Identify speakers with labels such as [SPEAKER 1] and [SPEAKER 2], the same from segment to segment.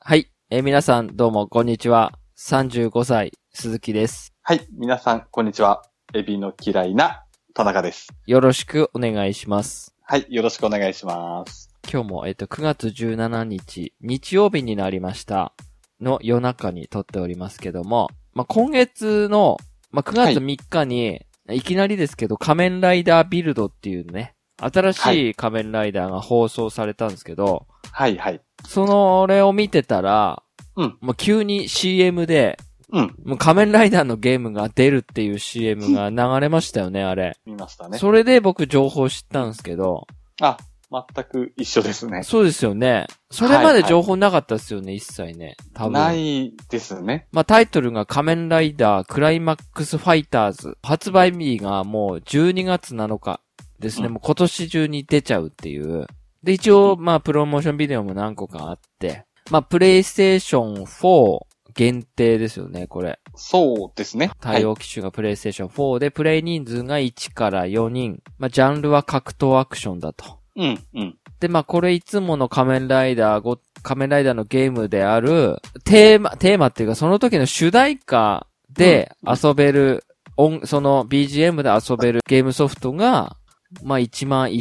[SPEAKER 1] はい。えー皆さん、どうも、こんにちは。35歳、鈴木です。
[SPEAKER 2] はい、皆さん、こんにちは。エビの嫌いな田中です。
[SPEAKER 1] よろしくお願いします。
[SPEAKER 2] はい、よろしくお願いします。
[SPEAKER 1] 今日も、えっ、と、9月17日、日曜日になりました。の夜中に撮っておりますけども、まあ、今月の、まあ、9月3日に、い、きなりですけど、仮面ライダービルドっていうね、新しい仮面ライダーが放送されたんですけど、
[SPEAKER 2] はい、はい。
[SPEAKER 1] その、れを見てたら、
[SPEAKER 2] うん
[SPEAKER 1] もう急に CM で、
[SPEAKER 2] うん、
[SPEAKER 1] もう仮面ライダーのゲームが出るっていう CM が流れましたよね、あれ。
[SPEAKER 2] 見ましたね。
[SPEAKER 1] それで僕情報知ったんですけど、
[SPEAKER 2] あ、全く一緒ですね。
[SPEAKER 1] そうですよね。それまで情報なかったですよね、一切ね。多分。
[SPEAKER 2] ないですね。
[SPEAKER 1] まあ、タイトルが仮面ライダークライマックスファイターズ。発売日がもう12月7日ですね。
[SPEAKER 2] うん
[SPEAKER 1] もう今年中に出ちゃうっていう。で、一応、まあ、プロモーションビデオも何個かあって。まあ、プレイステーション4限定ですよね、これ。
[SPEAKER 2] そうですね。は
[SPEAKER 1] 対
[SPEAKER 2] い。
[SPEAKER 1] 応機種がプレイステーション4で、プレイ人数が1から4人。まあ、ジャンルは格闘アクションだと。
[SPEAKER 2] うん、うん。
[SPEAKER 1] で、まあ、これいつもの仮面ライダーご、仮面ライダーのゲームである、テーマ、テーマっていうか、その時の主題歌で
[SPEAKER 2] うん
[SPEAKER 1] 遊べる、音、その BGM で遊べるゲームソフトが、まあ、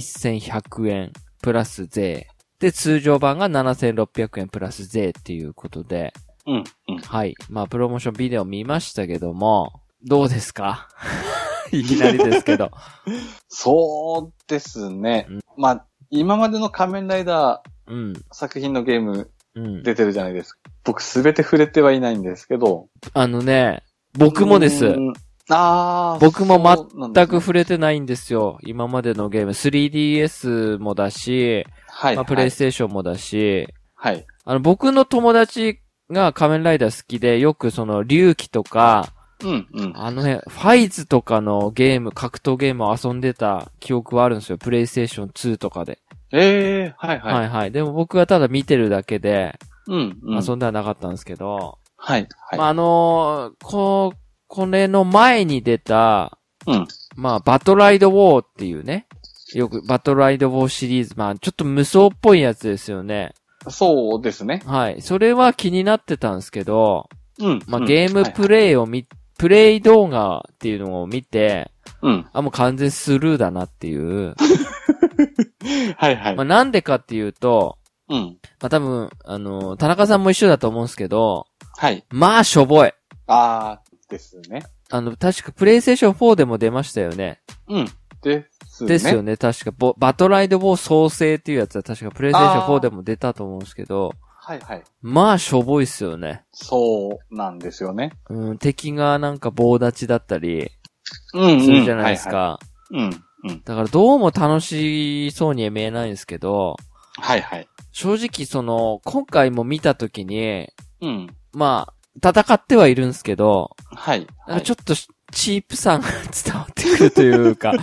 [SPEAKER 1] 11,100円プラス税。で、通常版が7,600円プラス税っていうことで、
[SPEAKER 2] うん、うん。
[SPEAKER 1] はい。まあ、プロモーションビデオ見ましたけども、どうです かいきなりですけど。
[SPEAKER 2] そうですね。まあ、今までの仮面ライダー
[SPEAKER 1] うん。
[SPEAKER 2] 作品のゲーム
[SPEAKER 1] うん。
[SPEAKER 2] 出てるじゃないですか。僕すべて触れてはいないんですけど。
[SPEAKER 1] あのね、僕もで
[SPEAKER 2] う
[SPEAKER 1] す。
[SPEAKER 2] ん。あー
[SPEAKER 1] 僕も
[SPEAKER 2] そうなんです
[SPEAKER 1] 全く
[SPEAKER 2] ね
[SPEAKER 1] 触れてないんですよ。今までのゲーム。3DS もだし、
[SPEAKER 2] はい、
[SPEAKER 1] ま
[SPEAKER 2] は
[SPEAKER 1] あ、プ
[SPEAKER 2] い。
[SPEAKER 1] レイステーションもだし、
[SPEAKER 2] はい。
[SPEAKER 1] あの、僕の友達が仮面ライダー好きで、よくその、龍騎とか、
[SPEAKER 2] うん、うん。
[SPEAKER 1] あのね、ファイズとかのゲーム、格闘ゲームを遊んでた記憶はあるんですよ。プレイステーション2とかで。
[SPEAKER 2] ええはい、はい。
[SPEAKER 1] はいはい。でも僕はただ見てるだけで、
[SPEAKER 2] うん、うん。
[SPEAKER 1] 遊んではなかったんですけど、
[SPEAKER 2] はい、はい。
[SPEAKER 1] まあ、あのーこう、これの前に出た、
[SPEAKER 2] うん
[SPEAKER 1] まあ、バトライドウォーっていうね、よくバトライドウォーシリーズ、まあ、ちょっと無双っぽいやつですよね。
[SPEAKER 2] そうですね。
[SPEAKER 1] はい。それは気になってたんですけど、
[SPEAKER 2] うん。
[SPEAKER 1] まあ、
[SPEAKER 2] うん
[SPEAKER 1] ゲーム
[SPEAKER 2] はい
[SPEAKER 1] プレイを見、プレイ動画っていうのを見て、
[SPEAKER 2] うん。
[SPEAKER 1] あ、もう完全スルーだなっていう。
[SPEAKER 2] はいはい
[SPEAKER 1] まあ、。なんでかっていうと、
[SPEAKER 2] うん。
[SPEAKER 1] まあ、多分、あのー田中さんも一緒だと思うんですけど、
[SPEAKER 2] はい。
[SPEAKER 1] まあ、しょぼい。
[SPEAKER 2] あー、ですね。
[SPEAKER 1] あの、確か、プレイステーション4でも出ましたよね。
[SPEAKER 2] うん。ですね。
[SPEAKER 1] ですよね、確かボ。バトライドウォー創生っていうやつは確かプレイステーション4でも出たと思うんですけど、
[SPEAKER 2] はいはい。
[SPEAKER 1] まあ、しょぼいっすよね。
[SPEAKER 2] そうなんですよね。
[SPEAKER 1] うん、敵がなんか棒立ちだったり
[SPEAKER 2] うん、うん。
[SPEAKER 1] するじゃないですか。
[SPEAKER 2] はいはい。うん、うん。
[SPEAKER 1] だからどうも楽しそうには見えないんですけど、
[SPEAKER 2] はいはい。
[SPEAKER 1] 正直その、今回も見た時に、
[SPEAKER 2] うん。
[SPEAKER 1] まあ、戦ってはいるんですけど、
[SPEAKER 2] はい。
[SPEAKER 1] なんかち
[SPEAKER 2] ょ
[SPEAKER 1] ょっとしチープさが 伝わってくるというか、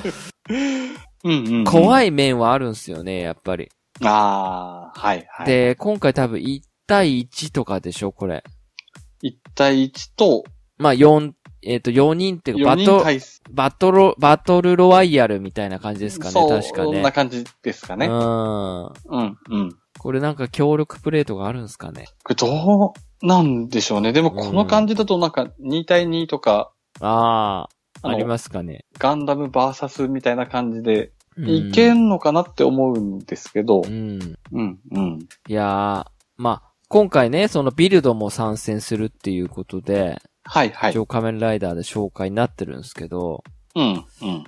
[SPEAKER 2] うん、うん。い。
[SPEAKER 1] 怖い面はあるんですよね、やっぱり。
[SPEAKER 2] あー、はいはい。で、
[SPEAKER 1] で、今回多分1対1とかでしょ、これ。
[SPEAKER 2] 1対1と
[SPEAKER 1] まあ、四、えっ、と、四人っていうか、バ
[SPEAKER 2] 4人
[SPEAKER 1] ト、
[SPEAKER 2] 対戦
[SPEAKER 1] バトロ、バトルロワイヤルみたいな感じですかね、
[SPEAKER 2] そう
[SPEAKER 1] 確か
[SPEAKER 2] そ
[SPEAKER 1] ね。
[SPEAKER 2] んな感じですか
[SPEAKER 1] う
[SPEAKER 2] ね。
[SPEAKER 1] ん。
[SPEAKER 2] うん、うん。
[SPEAKER 1] これなんか協力プレイとかあるんですかね。
[SPEAKER 2] これどうなんでしょうね。でもこ
[SPEAKER 1] う
[SPEAKER 2] の
[SPEAKER 1] ん
[SPEAKER 2] 感じだとなんか2対2とか、
[SPEAKER 1] ああ、あ
[SPEAKER 2] の
[SPEAKER 1] りますかね。
[SPEAKER 2] ガンダムバーサスみたいな感じで、
[SPEAKER 1] うん
[SPEAKER 2] いけんのかなって思うんですけど
[SPEAKER 1] う、ん。
[SPEAKER 2] うん、うん。
[SPEAKER 1] いやー、まあ、今回ね、そのビルドも参戦するっていうことで、
[SPEAKER 2] はい、はい
[SPEAKER 1] 一。応仮面ライダーで紹介になってるんですけど、
[SPEAKER 2] うん、うん。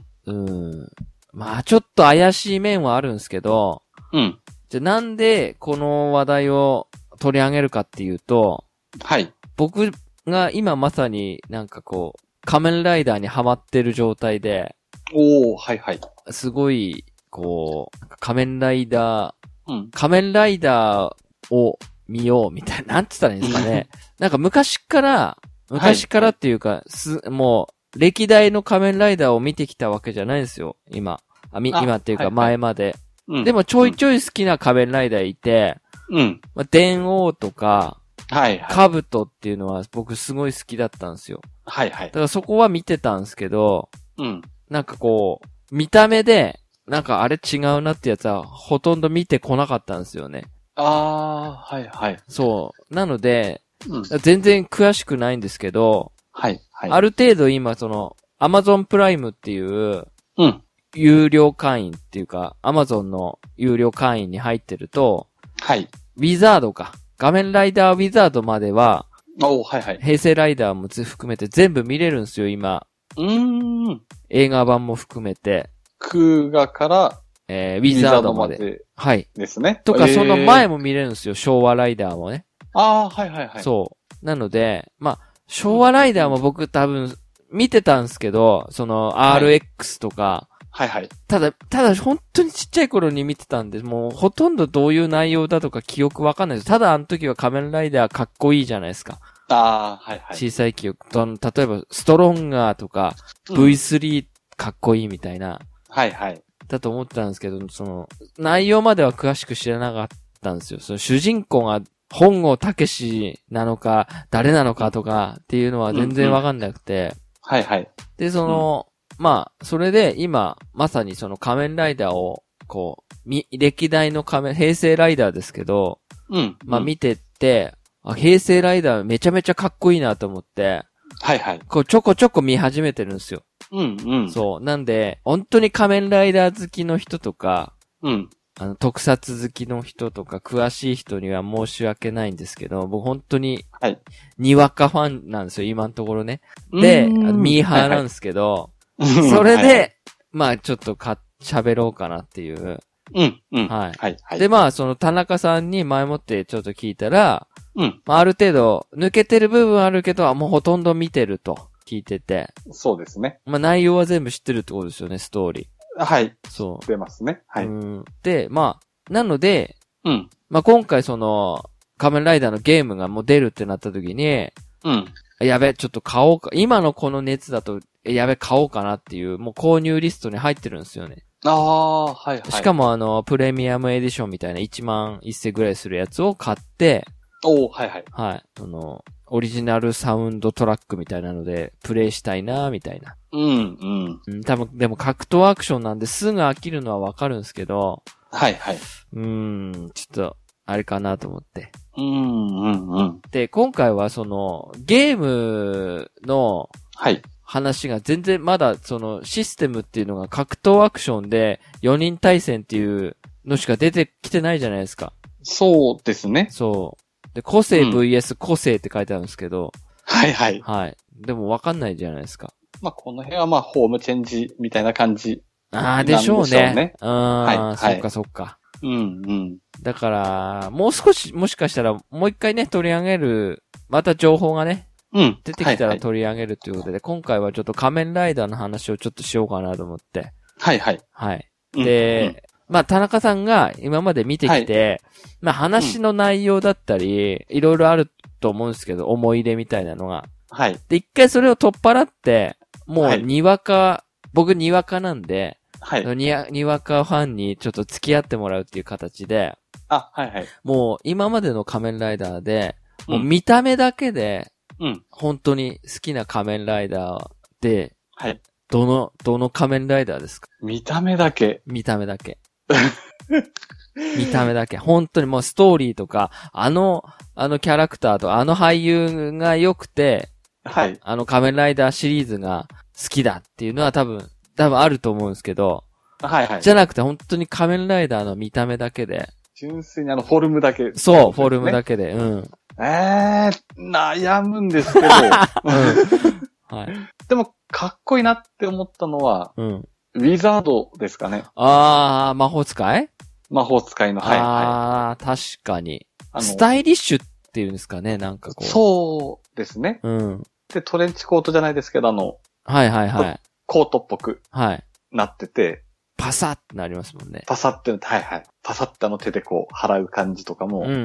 [SPEAKER 1] うん。まあ、ちょっと怪しい面はあるんですけど、
[SPEAKER 2] うん。
[SPEAKER 1] じゃあなんでこの話題を取り上げるかっていうと、
[SPEAKER 2] はい。
[SPEAKER 1] 僕が今まさになんかこう、仮面ライダーにハマってる状態で、
[SPEAKER 2] おー、はい、はい。
[SPEAKER 1] すごい、こう、なんか仮面ライダー、
[SPEAKER 2] うん。
[SPEAKER 1] 仮面ライダーを見ようみたいな、なんつったらいいんですか ね。なんか昔から、昔からっていうか、す、もう、歴代の仮面ライダーを見てきたわけじゃないんですよ、今。あみ
[SPEAKER 2] あ
[SPEAKER 1] 今っていうか
[SPEAKER 2] はいはい
[SPEAKER 1] 前まで。
[SPEAKER 2] うん、
[SPEAKER 1] で、もちょいちょい好きな仮面ライダーいて、
[SPEAKER 2] うん。
[SPEAKER 1] まあ、電王とか、
[SPEAKER 2] はい、はい。
[SPEAKER 1] カブトっていうのは僕すごい好きだったんですよ。
[SPEAKER 2] はい、はい
[SPEAKER 1] だ。からそこは見てたんですけど、
[SPEAKER 2] うん。
[SPEAKER 1] なんかこう、見た目で、なんかあれ違うなってやつはほとんど見てこなかったんですよね。
[SPEAKER 2] ああ、はいはい。
[SPEAKER 1] そう。なので、
[SPEAKER 2] うん。
[SPEAKER 1] 全然詳しくないんですけど、
[SPEAKER 2] はいはい。
[SPEAKER 1] ある程度今その、Amazon プライムっていう、
[SPEAKER 2] うん。
[SPEAKER 1] 有料会員っていうか、Amazon の有料会員に入ってると、
[SPEAKER 2] はい。
[SPEAKER 1] ウィザードか。画面ライダーウィザードまでは、
[SPEAKER 2] おーはいはい。
[SPEAKER 1] 平成ライダーも全含めて全部見れるんですよ、今。
[SPEAKER 2] うーん。
[SPEAKER 1] 映画版も含めて、
[SPEAKER 2] クーガから
[SPEAKER 1] えー、ウィザードまで。はい。
[SPEAKER 2] ですね。
[SPEAKER 1] とか、
[SPEAKER 2] えー
[SPEAKER 1] その前。も見れるんですよ、昭和ライダーもね。
[SPEAKER 2] ああ、はいはいはい。
[SPEAKER 1] そう。なので、まあ、昭和ライダーも僕多分、見てたんですけど、その、
[SPEAKER 2] はい
[SPEAKER 1] RX とか、
[SPEAKER 2] はいはい。
[SPEAKER 1] ただ、ただ、本当にちっちゃい頃に見てたんで、もう、ほとんどどういう内容だとか記憶わかんないです。ただ、あの時は仮面ライダーかっこいいじゃないですか。
[SPEAKER 2] ああ、はいはい。
[SPEAKER 1] 小さい記憶と、あの例えば、ストロンガーとか、
[SPEAKER 2] うん
[SPEAKER 1] V3 かっこいいみたいな、
[SPEAKER 2] はいはい。
[SPEAKER 1] だと思ってたんですけど、その、内容までは詳しく知らなかったんですよ。その主人公が本郷武史なのか、誰なのかとかっていうのは全然わかんなくて。
[SPEAKER 2] はいはい。
[SPEAKER 1] で、その、まあ、それで今、まさにその仮面ライダーを、こう、み、歴代の仮面、平成ライダーですけど、
[SPEAKER 2] うん。
[SPEAKER 1] まあ
[SPEAKER 2] うん
[SPEAKER 1] 見てって、あ平成ライダーめちゃめちゃかっこいいなと思って、
[SPEAKER 2] はいはい。
[SPEAKER 1] こうちょこちょこ見始めてるんですよ。
[SPEAKER 2] うんうん。
[SPEAKER 1] そう。なんで、本当に仮面ライダー好きの人とか、
[SPEAKER 2] うん。
[SPEAKER 1] あの、特撮好きの人とか、詳しい人には申し訳ないんですけど、僕本当に、
[SPEAKER 2] はい
[SPEAKER 1] にわかファンなんですよ、今のところね。で、あのミーハーなん
[SPEAKER 2] で
[SPEAKER 1] ですけど、
[SPEAKER 2] す
[SPEAKER 1] それで、、まあちょっとか、喋ろうかなっていう。
[SPEAKER 2] うんうん。
[SPEAKER 1] はい
[SPEAKER 2] はいはい。
[SPEAKER 1] で、まあその田中さんに前もってちょっと聞いたら、
[SPEAKER 2] うん。
[SPEAKER 1] まあある程度、抜けてる部分あるけど、あもうほとんど見てると聞いてて、
[SPEAKER 2] そうですね。
[SPEAKER 1] まあ内容は全部知ってるってことですよね、ストーリ
[SPEAKER 2] はい。
[SPEAKER 1] ー。そう。。
[SPEAKER 2] 出ますね。はいう
[SPEAKER 1] んで、まあ、なので、
[SPEAKER 2] うん。
[SPEAKER 1] まあ、今回その、仮面ライダーのゲームがもう出るってなった時に、
[SPEAKER 2] うん。
[SPEAKER 1] やべ、ちょっと買おうか、今のこの熱だと、やべ、買おうかなっていう、もう購入リストに入ってるんですよね。
[SPEAKER 2] ああ、はいはい。
[SPEAKER 1] しか
[SPEAKER 2] も。
[SPEAKER 1] もあの、プレミアムエディションみたいな1万1000ぐらいするやつを買って、
[SPEAKER 2] おーはいはい。
[SPEAKER 1] はい、その、オリジナルサウンドトラックみたいなので、プレイしたいな、みたいな。
[SPEAKER 2] うんうん。
[SPEAKER 1] うん、多分、でも格闘アクションなんですぐ飽きるのはわかるんですけど、
[SPEAKER 2] はいはい。
[SPEAKER 1] うーん、ちょっと、あれかなと思って。
[SPEAKER 2] うんうんうん。
[SPEAKER 1] で、今回はその、ゲームの
[SPEAKER 2] はい。
[SPEAKER 1] 話が全然まだそのシステムっていうのが格闘アクションで4人対戦っていうのしか出てきてないじゃないですか。
[SPEAKER 2] そうですね。
[SPEAKER 1] そう。で、個性
[SPEAKER 2] うん
[SPEAKER 1] VS 個性って書いてあるんですけど、
[SPEAKER 2] はいはい。
[SPEAKER 1] はい。でもわかんないじゃないですか。
[SPEAKER 2] まあ、この辺はまあ、ホームチェンジみたいな感じ。
[SPEAKER 1] ああ、でしょう
[SPEAKER 2] なんでしょう
[SPEAKER 1] ね
[SPEAKER 2] ね。
[SPEAKER 1] うーん、
[SPEAKER 2] はい
[SPEAKER 1] そ
[SPEAKER 2] はい
[SPEAKER 1] っかそっか。
[SPEAKER 2] うんうん。
[SPEAKER 1] だから、もう少し、もしかしたらもう一回ね、取り上げる、また情報がね、
[SPEAKER 2] うん。
[SPEAKER 1] 出てきた
[SPEAKER 2] は
[SPEAKER 1] ら
[SPEAKER 2] いはい
[SPEAKER 1] 取り上げるということで、今回はちょっと仮面ライダーの話をちょっとしようかなと思って。
[SPEAKER 2] はいはい。
[SPEAKER 1] はい。
[SPEAKER 2] うん
[SPEAKER 1] で、まあ、田中さんが今まで見てきて、まあ、話の内容だったり、いろいろあると思うんですけど、思い出みたいなのが。
[SPEAKER 2] うんはい。
[SPEAKER 1] で、一回それを取っ払って、も
[SPEAKER 2] は
[SPEAKER 1] う、
[SPEAKER 2] い
[SPEAKER 1] にわか、僕にわかなんで、
[SPEAKER 2] はい。
[SPEAKER 1] にわにわかファンにちょっと付き合ってもらうっていう形で、
[SPEAKER 2] あ、はいはい。
[SPEAKER 1] もう、今までの仮面ライダーで、もう
[SPEAKER 2] うん
[SPEAKER 1] 見た目だけで、
[SPEAKER 2] うん。
[SPEAKER 1] 本当に好きな仮面ライダーで、
[SPEAKER 2] はい。
[SPEAKER 1] どの、どの仮面ライダーですか
[SPEAKER 2] 見た目だけ。
[SPEAKER 1] 見た目だけ。見た目だけ。本当にもうストーリーとか、あの、あのキャラクターとあの俳優が良くて、
[SPEAKER 2] はい。
[SPEAKER 1] あの仮面ライダーシリーズが好きだっていうのは多分、多分あると思うんですけど、
[SPEAKER 2] はいはい
[SPEAKER 1] じ。ゃなくて本当に仮面ライダーの見た目だけで、
[SPEAKER 2] 純粋にあの、フォルムだけ。
[SPEAKER 1] そう、フォルムだけで、うん。
[SPEAKER 2] えー、悩むんです けど。
[SPEAKER 1] はい。
[SPEAKER 2] でも、かっこいいなって思ったのは、
[SPEAKER 1] うん。
[SPEAKER 2] ウィザードですかね。
[SPEAKER 1] あー、魔法使い
[SPEAKER 2] 魔法使いの。はい。はい
[SPEAKER 1] あー、確かに。
[SPEAKER 2] あの
[SPEAKER 1] スタイリッシュっていうんですかね、なんかこう。
[SPEAKER 2] そうですね。
[SPEAKER 1] う。うん。
[SPEAKER 2] で、トレンチコートじゃないですけど、あの、
[SPEAKER 1] はいはいはい。
[SPEAKER 2] コートっぽく
[SPEAKER 1] はい。
[SPEAKER 2] なってて、
[SPEAKER 1] パサってなりますもんね。
[SPEAKER 2] パサって、はいはい。パサってあの手でこう、払う感じとかも、
[SPEAKER 1] うんうんう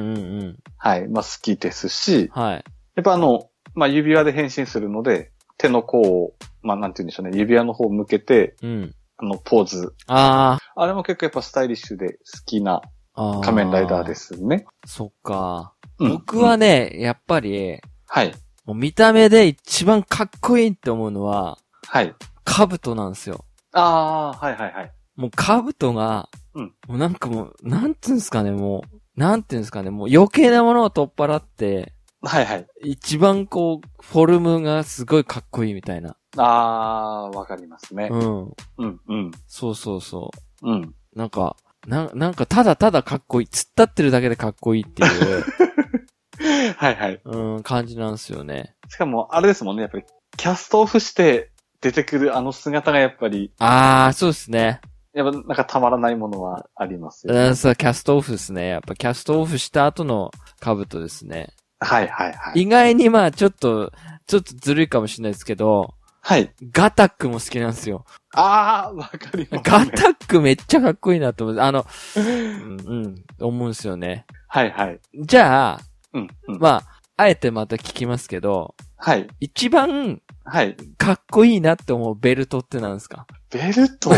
[SPEAKER 1] ん。
[SPEAKER 2] はい。まあ、好きですし、
[SPEAKER 1] はい。
[SPEAKER 2] やっぱあの、まあ、指輪で変身するので、手の甲を、まあ、なんて言うんでしょうね、指輪の方を向けて、
[SPEAKER 1] うん。
[SPEAKER 2] あの、ポーズ。
[SPEAKER 1] あー
[SPEAKER 2] あれも結構やっぱスタイリッシュで好きな
[SPEAKER 1] あー。。
[SPEAKER 2] 仮面ライダーですすね。
[SPEAKER 1] そっか。
[SPEAKER 2] うん
[SPEAKER 1] 僕は、ね、やっぱり、
[SPEAKER 2] はい。
[SPEAKER 1] もう見た目で一番かっこいいって思うのは、
[SPEAKER 2] はい。
[SPEAKER 1] カブトなんですよ。
[SPEAKER 2] ああ、はいはいはい。
[SPEAKER 1] もうカブトが、
[SPEAKER 2] うん
[SPEAKER 1] もうなんかもう、なんつうんですかね、もう、なんていうんですかね、もう余計なものを取っ払って、
[SPEAKER 2] はいはい。
[SPEAKER 1] 一番こう、フォルムがすごいかっこいいみたいな。
[SPEAKER 2] あー、わかりますね。
[SPEAKER 1] うん。
[SPEAKER 2] うん、うん、
[SPEAKER 1] そうそうそ
[SPEAKER 2] うん。
[SPEAKER 1] う。なんか、な、なんかただただかっこいい。突っ立ってるだけでかっこいいっていう、
[SPEAKER 2] はいはい。
[SPEAKER 1] うん、感じなんですよね。
[SPEAKER 2] しかも、あれですもんね、やっぱり、キャストオフして出てくるあの姿がやっぱり、
[SPEAKER 1] あー、そうですね。
[SPEAKER 2] やっぱなんかたまらないものはありますよ、ね。
[SPEAKER 1] うん、そう、キャストオフですね。やっぱキャストオフした後の兜ですね。
[SPEAKER 2] はいはいはい。
[SPEAKER 1] 意外にまあ、ちょっと、ちょっとずるいかもしれないですけど、
[SPEAKER 2] はい。
[SPEAKER 1] ガタックも好きなんですよ。
[SPEAKER 2] あー、わかります、ね。
[SPEAKER 1] ガタックめっちゃかっこいいなと思う。あの、うん、うん、思うんですよね。
[SPEAKER 2] はいはい。
[SPEAKER 1] じゃあ、
[SPEAKER 2] うん、うん。
[SPEAKER 1] まあ、あえてまた聞きますけど、
[SPEAKER 2] はい。
[SPEAKER 1] 一番
[SPEAKER 2] はい。
[SPEAKER 1] かっこいいなって思うベルトって何ですか
[SPEAKER 2] ベル ト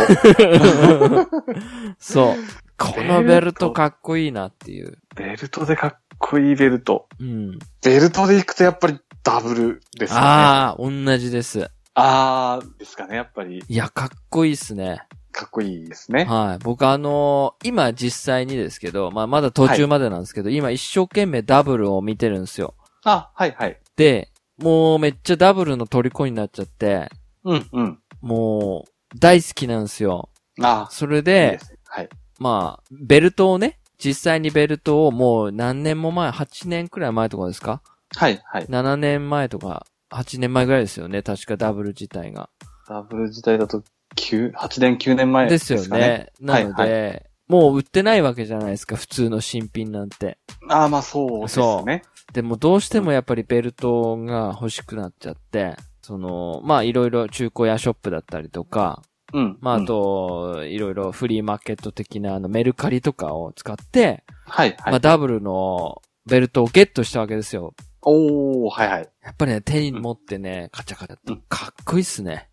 [SPEAKER 1] そう。このベルトかっこいいなっていう。
[SPEAKER 2] ベルトでかっこいいベルト。
[SPEAKER 1] うん。
[SPEAKER 2] ベルトで行くとやっぱりダブルですよね。
[SPEAKER 1] ああ、同じです。
[SPEAKER 2] あーですかね、やっぱり。
[SPEAKER 1] いや、かっこいいっすね。
[SPEAKER 2] かっこいいですね。
[SPEAKER 1] はい。僕あのー今実際にですけど、まあまだ途中までなんですけど、今一生懸命ダブルを見てるんですよ。
[SPEAKER 2] あ、はいはい。
[SPEAKER 1] で、もうめっちゃダブルの虜になっちゃって、
[SPEAKER 2] うん、うん。
[SPEAKER 1] もう大好きなんですよ。
[SPEAKER 2] あ
[SPEAKER 1] それ
[SPEAKER 2] ーいい
[SPEAKER 1] で
[SPEAKER 2] で、すねはい。
[SPEAKER 1] まあ、ベルトをね、実際にベルトをもう何年も前、8年くらい前とかですか
[SPEAKER 2] はい、はい。
[SPEAKER 1] ?7 年前とか、8年前ぐらいですよね。確かダブル自体が。
[SPEAKER 2] ダブル時代だと9、8年、9年前
[SPEAKER 1] で
[SPEAKER 2] ですす
[SPEAKER 1] よ
[SPEAKER 2] かね。
[SPEAKER 1] ね。なので、
[SPEAKER 2] はい
[SPEAKER 1] もう売ってないわけじゃないですか、普通の新品なんて。
[SPEAKER 2] ああ、まあそうですね。
[SPEAKER 1] でもどうしてもやっぱりベルトが欲しくなっちゃって、その、まあいろいろ中古屋ショップだったりとか、
[SPEAKER 2] うん。
[SPEAKER 1] まあ
[SPEAKER 2] う
[SPEAKER 1] あ
[SPEAKER 2] ん。
[SPEAKER 1] と、いろいろフリーマーケット的なあのメルカリとかを使って、
[SPEAKER 2] はい、はい。
[SPEAKER 1] まあダブルのベルトをゲットしたわけですよ。
[SPEAKER 2] おー、はい、はい。
[SPEAKER 1] やっぱりね、手に持ってね、カチャカチャって
[SPEAKER 2] うん、
[SPEAKER 1] かっこいいっすね。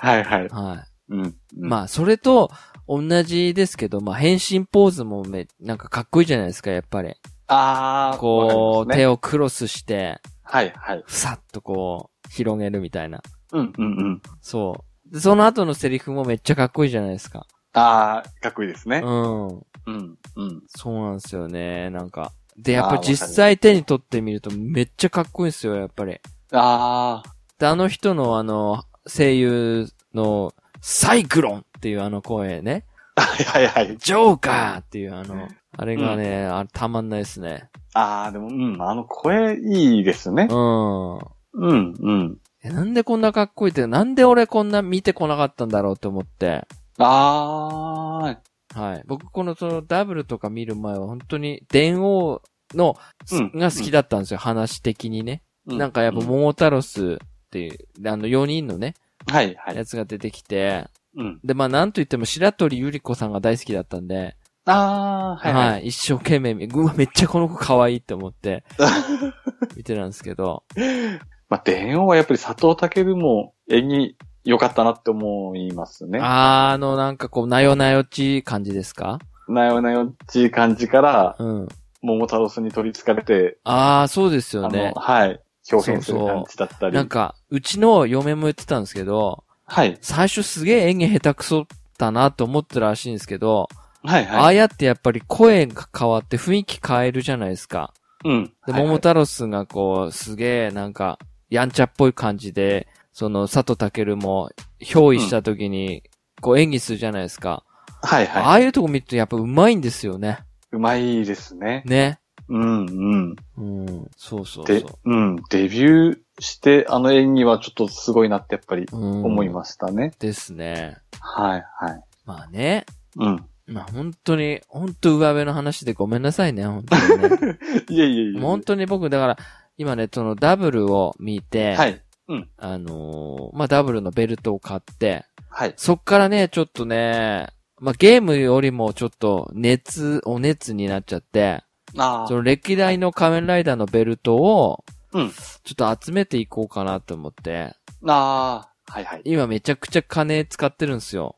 [SPEAKER 2] はい、はい。
[SPEAKER 1] は
[SPEAKER 2] う
[SPEAKER 1] い。
[SPEAKER 2] ん。あ、
[SPEAKER 1] まあそれと、同じですけど、まあ、変身ポーズもめ、なんかかっこいいじゃないですか、やっぱり。
[SPEAKER 2] ああ、
[SPEAKER 1] こう、
[SPEAKER 2] わ
[SPEAKER 1] 手
[SPEAKER 2] かりますね
[SPEAKER 1] をクロスして、
[SPEAKER 2] はい、はい。
[SPEAKER 1] ふさっとこう、広げるみたいな。
[SPEAKER 2] うん、うん、うん。
[SPEAKER 1] そう。でその後のセリフもめっちゃかっこいいじゃないですか。
[SPEAKER 2] ああ、かっこいいです
[SPEAKER 1] う
[SPEAKER 2] ね。
[SPEAKER 1] ん。
[SPEAKER 2] うん、うん。
[SPEAKER 1] そうなんですよね、なんか。で、やっぱ
[SPEAKER 2] あー
[SPEAKER 1] 実際手に取ってみるとめっちゃかっこいいんですよ、やっぱり。
[SPEAKER 2] ああ、
[SPEAKER 1] で、あの人のあの、声優のサイクロンっていうあの声ね。
[SPEAKER 2] はい、はい、はい。
[SPEAKER 1] ジョーカーっていうあの、あれがね、あれたまんないですね。
[SPEAKER 2] ああ、でも、うん、あの声いいですね
[SPEAKER 1] う。ん。
[SPEAKER 2] うん、うん。
[SPEAKER 1] え、なんでこんなかっこいいって、なんで俺こんな見てこなかったんだろうと思って。
[SPEAKER 2] ああ、
[SPEAKER 1] はい。僕、この、その、ダブルとか見る前は、本当に、電王の、
[SPEAKER 2] うん
[SPEAKER 1] が好きだったんですよ、話的にね。
[SPEAKER 2] う
[SPEAKER 1] なんかやっぱ、
[SPEAKER 2] う
[SPEAKER 1] モータロスっていう、あの、4人のね、
[SPEAKER 2] はい、はい。
[SPEAKER 1] やつが出てきて、
[SPEAKER 2] うん。
[SPEAKER 1] で、まあ、なんと言っても、白鳥ゆり子さんが大好きだったんで、
[SPEAKER 2] ああ、
[SPEAKER 1] は、
[SPEAKER 2] はいい、はい。
[SPEAKER 1] 一生懸命見、うわ、めっちゃこの子可愛いって思って、見てたんですけど、
[SPEAKER 2] まあ、電王はやっぱり佐藤健も演技良かったなって思いますね。
[SPEAKER 1] あーあの、なんかこう、なよなよちい感じですか
[SPEAKER 2] なよなよっちい感じから、
[SPEAKER 1] うん。
[SPEAKER 2] 桃太郎さんに取り憑かれて、
[SPEAKER 1] ああ、そうですよ
[SPEAKER 2] あ
[SPEAKER 1] ね
[SPEAKER 2] の、。はい、表現する感じだったり。
[SPEAKER 1] なんか、うちの嫁も言ってたんですけど、
[SPEAKER 2] はい、
[SPEAKER 1] 最初すげえ演技下手くそだなと思ってたらしいんですけど、
[SPEAKER 2] はい、
[SPEAKER 1] あ
[SPEAKER 2] は
[SPEAKER 1] あ
[SPEAKER 2] い。
[SPEAKER 1] やってやっぱり声が変わって雰囲気変えるじゃないですか。
[SPEAKER 2] うん。
[SPEAKER 1] で、
[SPEAKER 2] はいはい
[SPEAKER 1] 桃太郎さんがこう、すげえなんか、やんちゃっぽい感じで、その、佐藤健も、憑依した時に、こう演技するじゃないですか。
[SPEAKER 2] はい、
[SPEAKER 1] あ
[SPEAKER 2] はい。
[SPEAKER 1] あいうとこ見るとやっぱ上手いんですよね。
[SPEAKER 2] うまいですね。
[SPEAKER 1] ね。
[SPEAKER 2] うん、うん。
[SPEAKER 1] うん。そうそう
[SPEAKER 2] で
[SPEAKER 1] そ、
[SPEAKER 2] うん、デビューして、あの演技はちょっとすごいなってやっぱり
[SPEAKER 1] う。うん。
[SPEAKER 2] 思いましたね。
[SPEAKER 1] す。ですね。
[SPEAKER 2] はい、はい。
[SPEAKER 1] まあね。
[SPEAKER 2] うん。
[SPEAKER 1] まあ本当に、本当上辺の話でごめんなさいね、本当にね。
[SPEAKER 2] いえいえいえ。
[SPEAKER 1] 本当に僕、だから、今ね、そのダブルを見て、
[SPEAKER 2] はい、
[SPEAKER 1] あのーまあ、ダブルのベルトを買って、
[SPEAKER 2] はい。
[SPEAKER 1] そっからね、ちょっとね、まあ、ゲームよりもちょっと熱、お熱になっちゃって、
[SPEAKER 2] あ
[SPEAKER 1] そ
[SPEAKER 2] あ、
[SPEAKER 1] の歴代の仮面ライダーのベルトを、
[SPEAKER 2] うん
[SPEAKER 1] ちょっと集めていこうかなと思って、
[SPEAKER 2] ああ、はい、はい。
[SPEAKER 1] 今めちゃくちゃ金使ってるんですよ。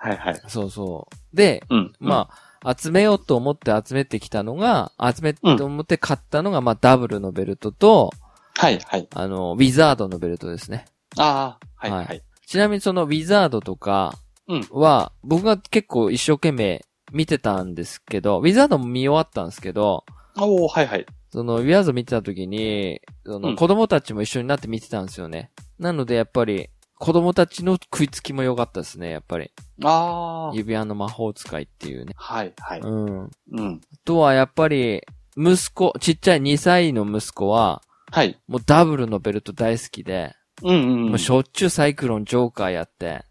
[SPEAKER 2] はい、はい。
[SPEAKER 1] そうそう。で、
[SPEAKER 2] うん。
[SPEAKER 1] まあ、集めようと思って集めてきたのが、集め、と思って買ったのが、まあ、ダブルのベルトと、
[SPEAKER 2] あ、はい、はい。
[SPEAKER 1] あの、ウィザードのベルトですね。
[SPEAKER 2] ああ、はい、
[SPEAKER 1] は
[SPEAKER 2] はいい。
[SPEAKER 1] ちなみにそのウィザードとか、
[SPEAKER 2] うん
[SPEAKER 1] は、僕が結構一生懸命見てたんですけど、ウィザードも見終わったんですけど、
[SPEAKER 2] おー、はいはい。
[SPEAKER 1] その、ウィアーズ見てた時に、そうの、
[SPEAKER 2] ん
[SPEAKER 1] 子供たちも一緒になって見てたんですよね。なので、やっぱり、子供たちの食いつきも良かったですね、やっぱり。
[SPEAKER 2] あー。
[SPEAKER 1] 指輪の魔法使いっていうね。
[SPEAKER 2] はいはい。
[SPEAKER 1] うん。あ
[SPEAKER 2] うん。
[SPEAKER 1] とは、やっぱり、息子、ちっちゃい2歳の息子は、
[SPEAKER 2] はい。
[SPEAKER 1] もうダブルのベルト大好きで、
[SPEAKER 2] うんうんう
[SPEAKER 1] も
[SPEAKER 2] ん
[SPEAKER 1] うし。ょっちゅうサイクロンジョーカーや って、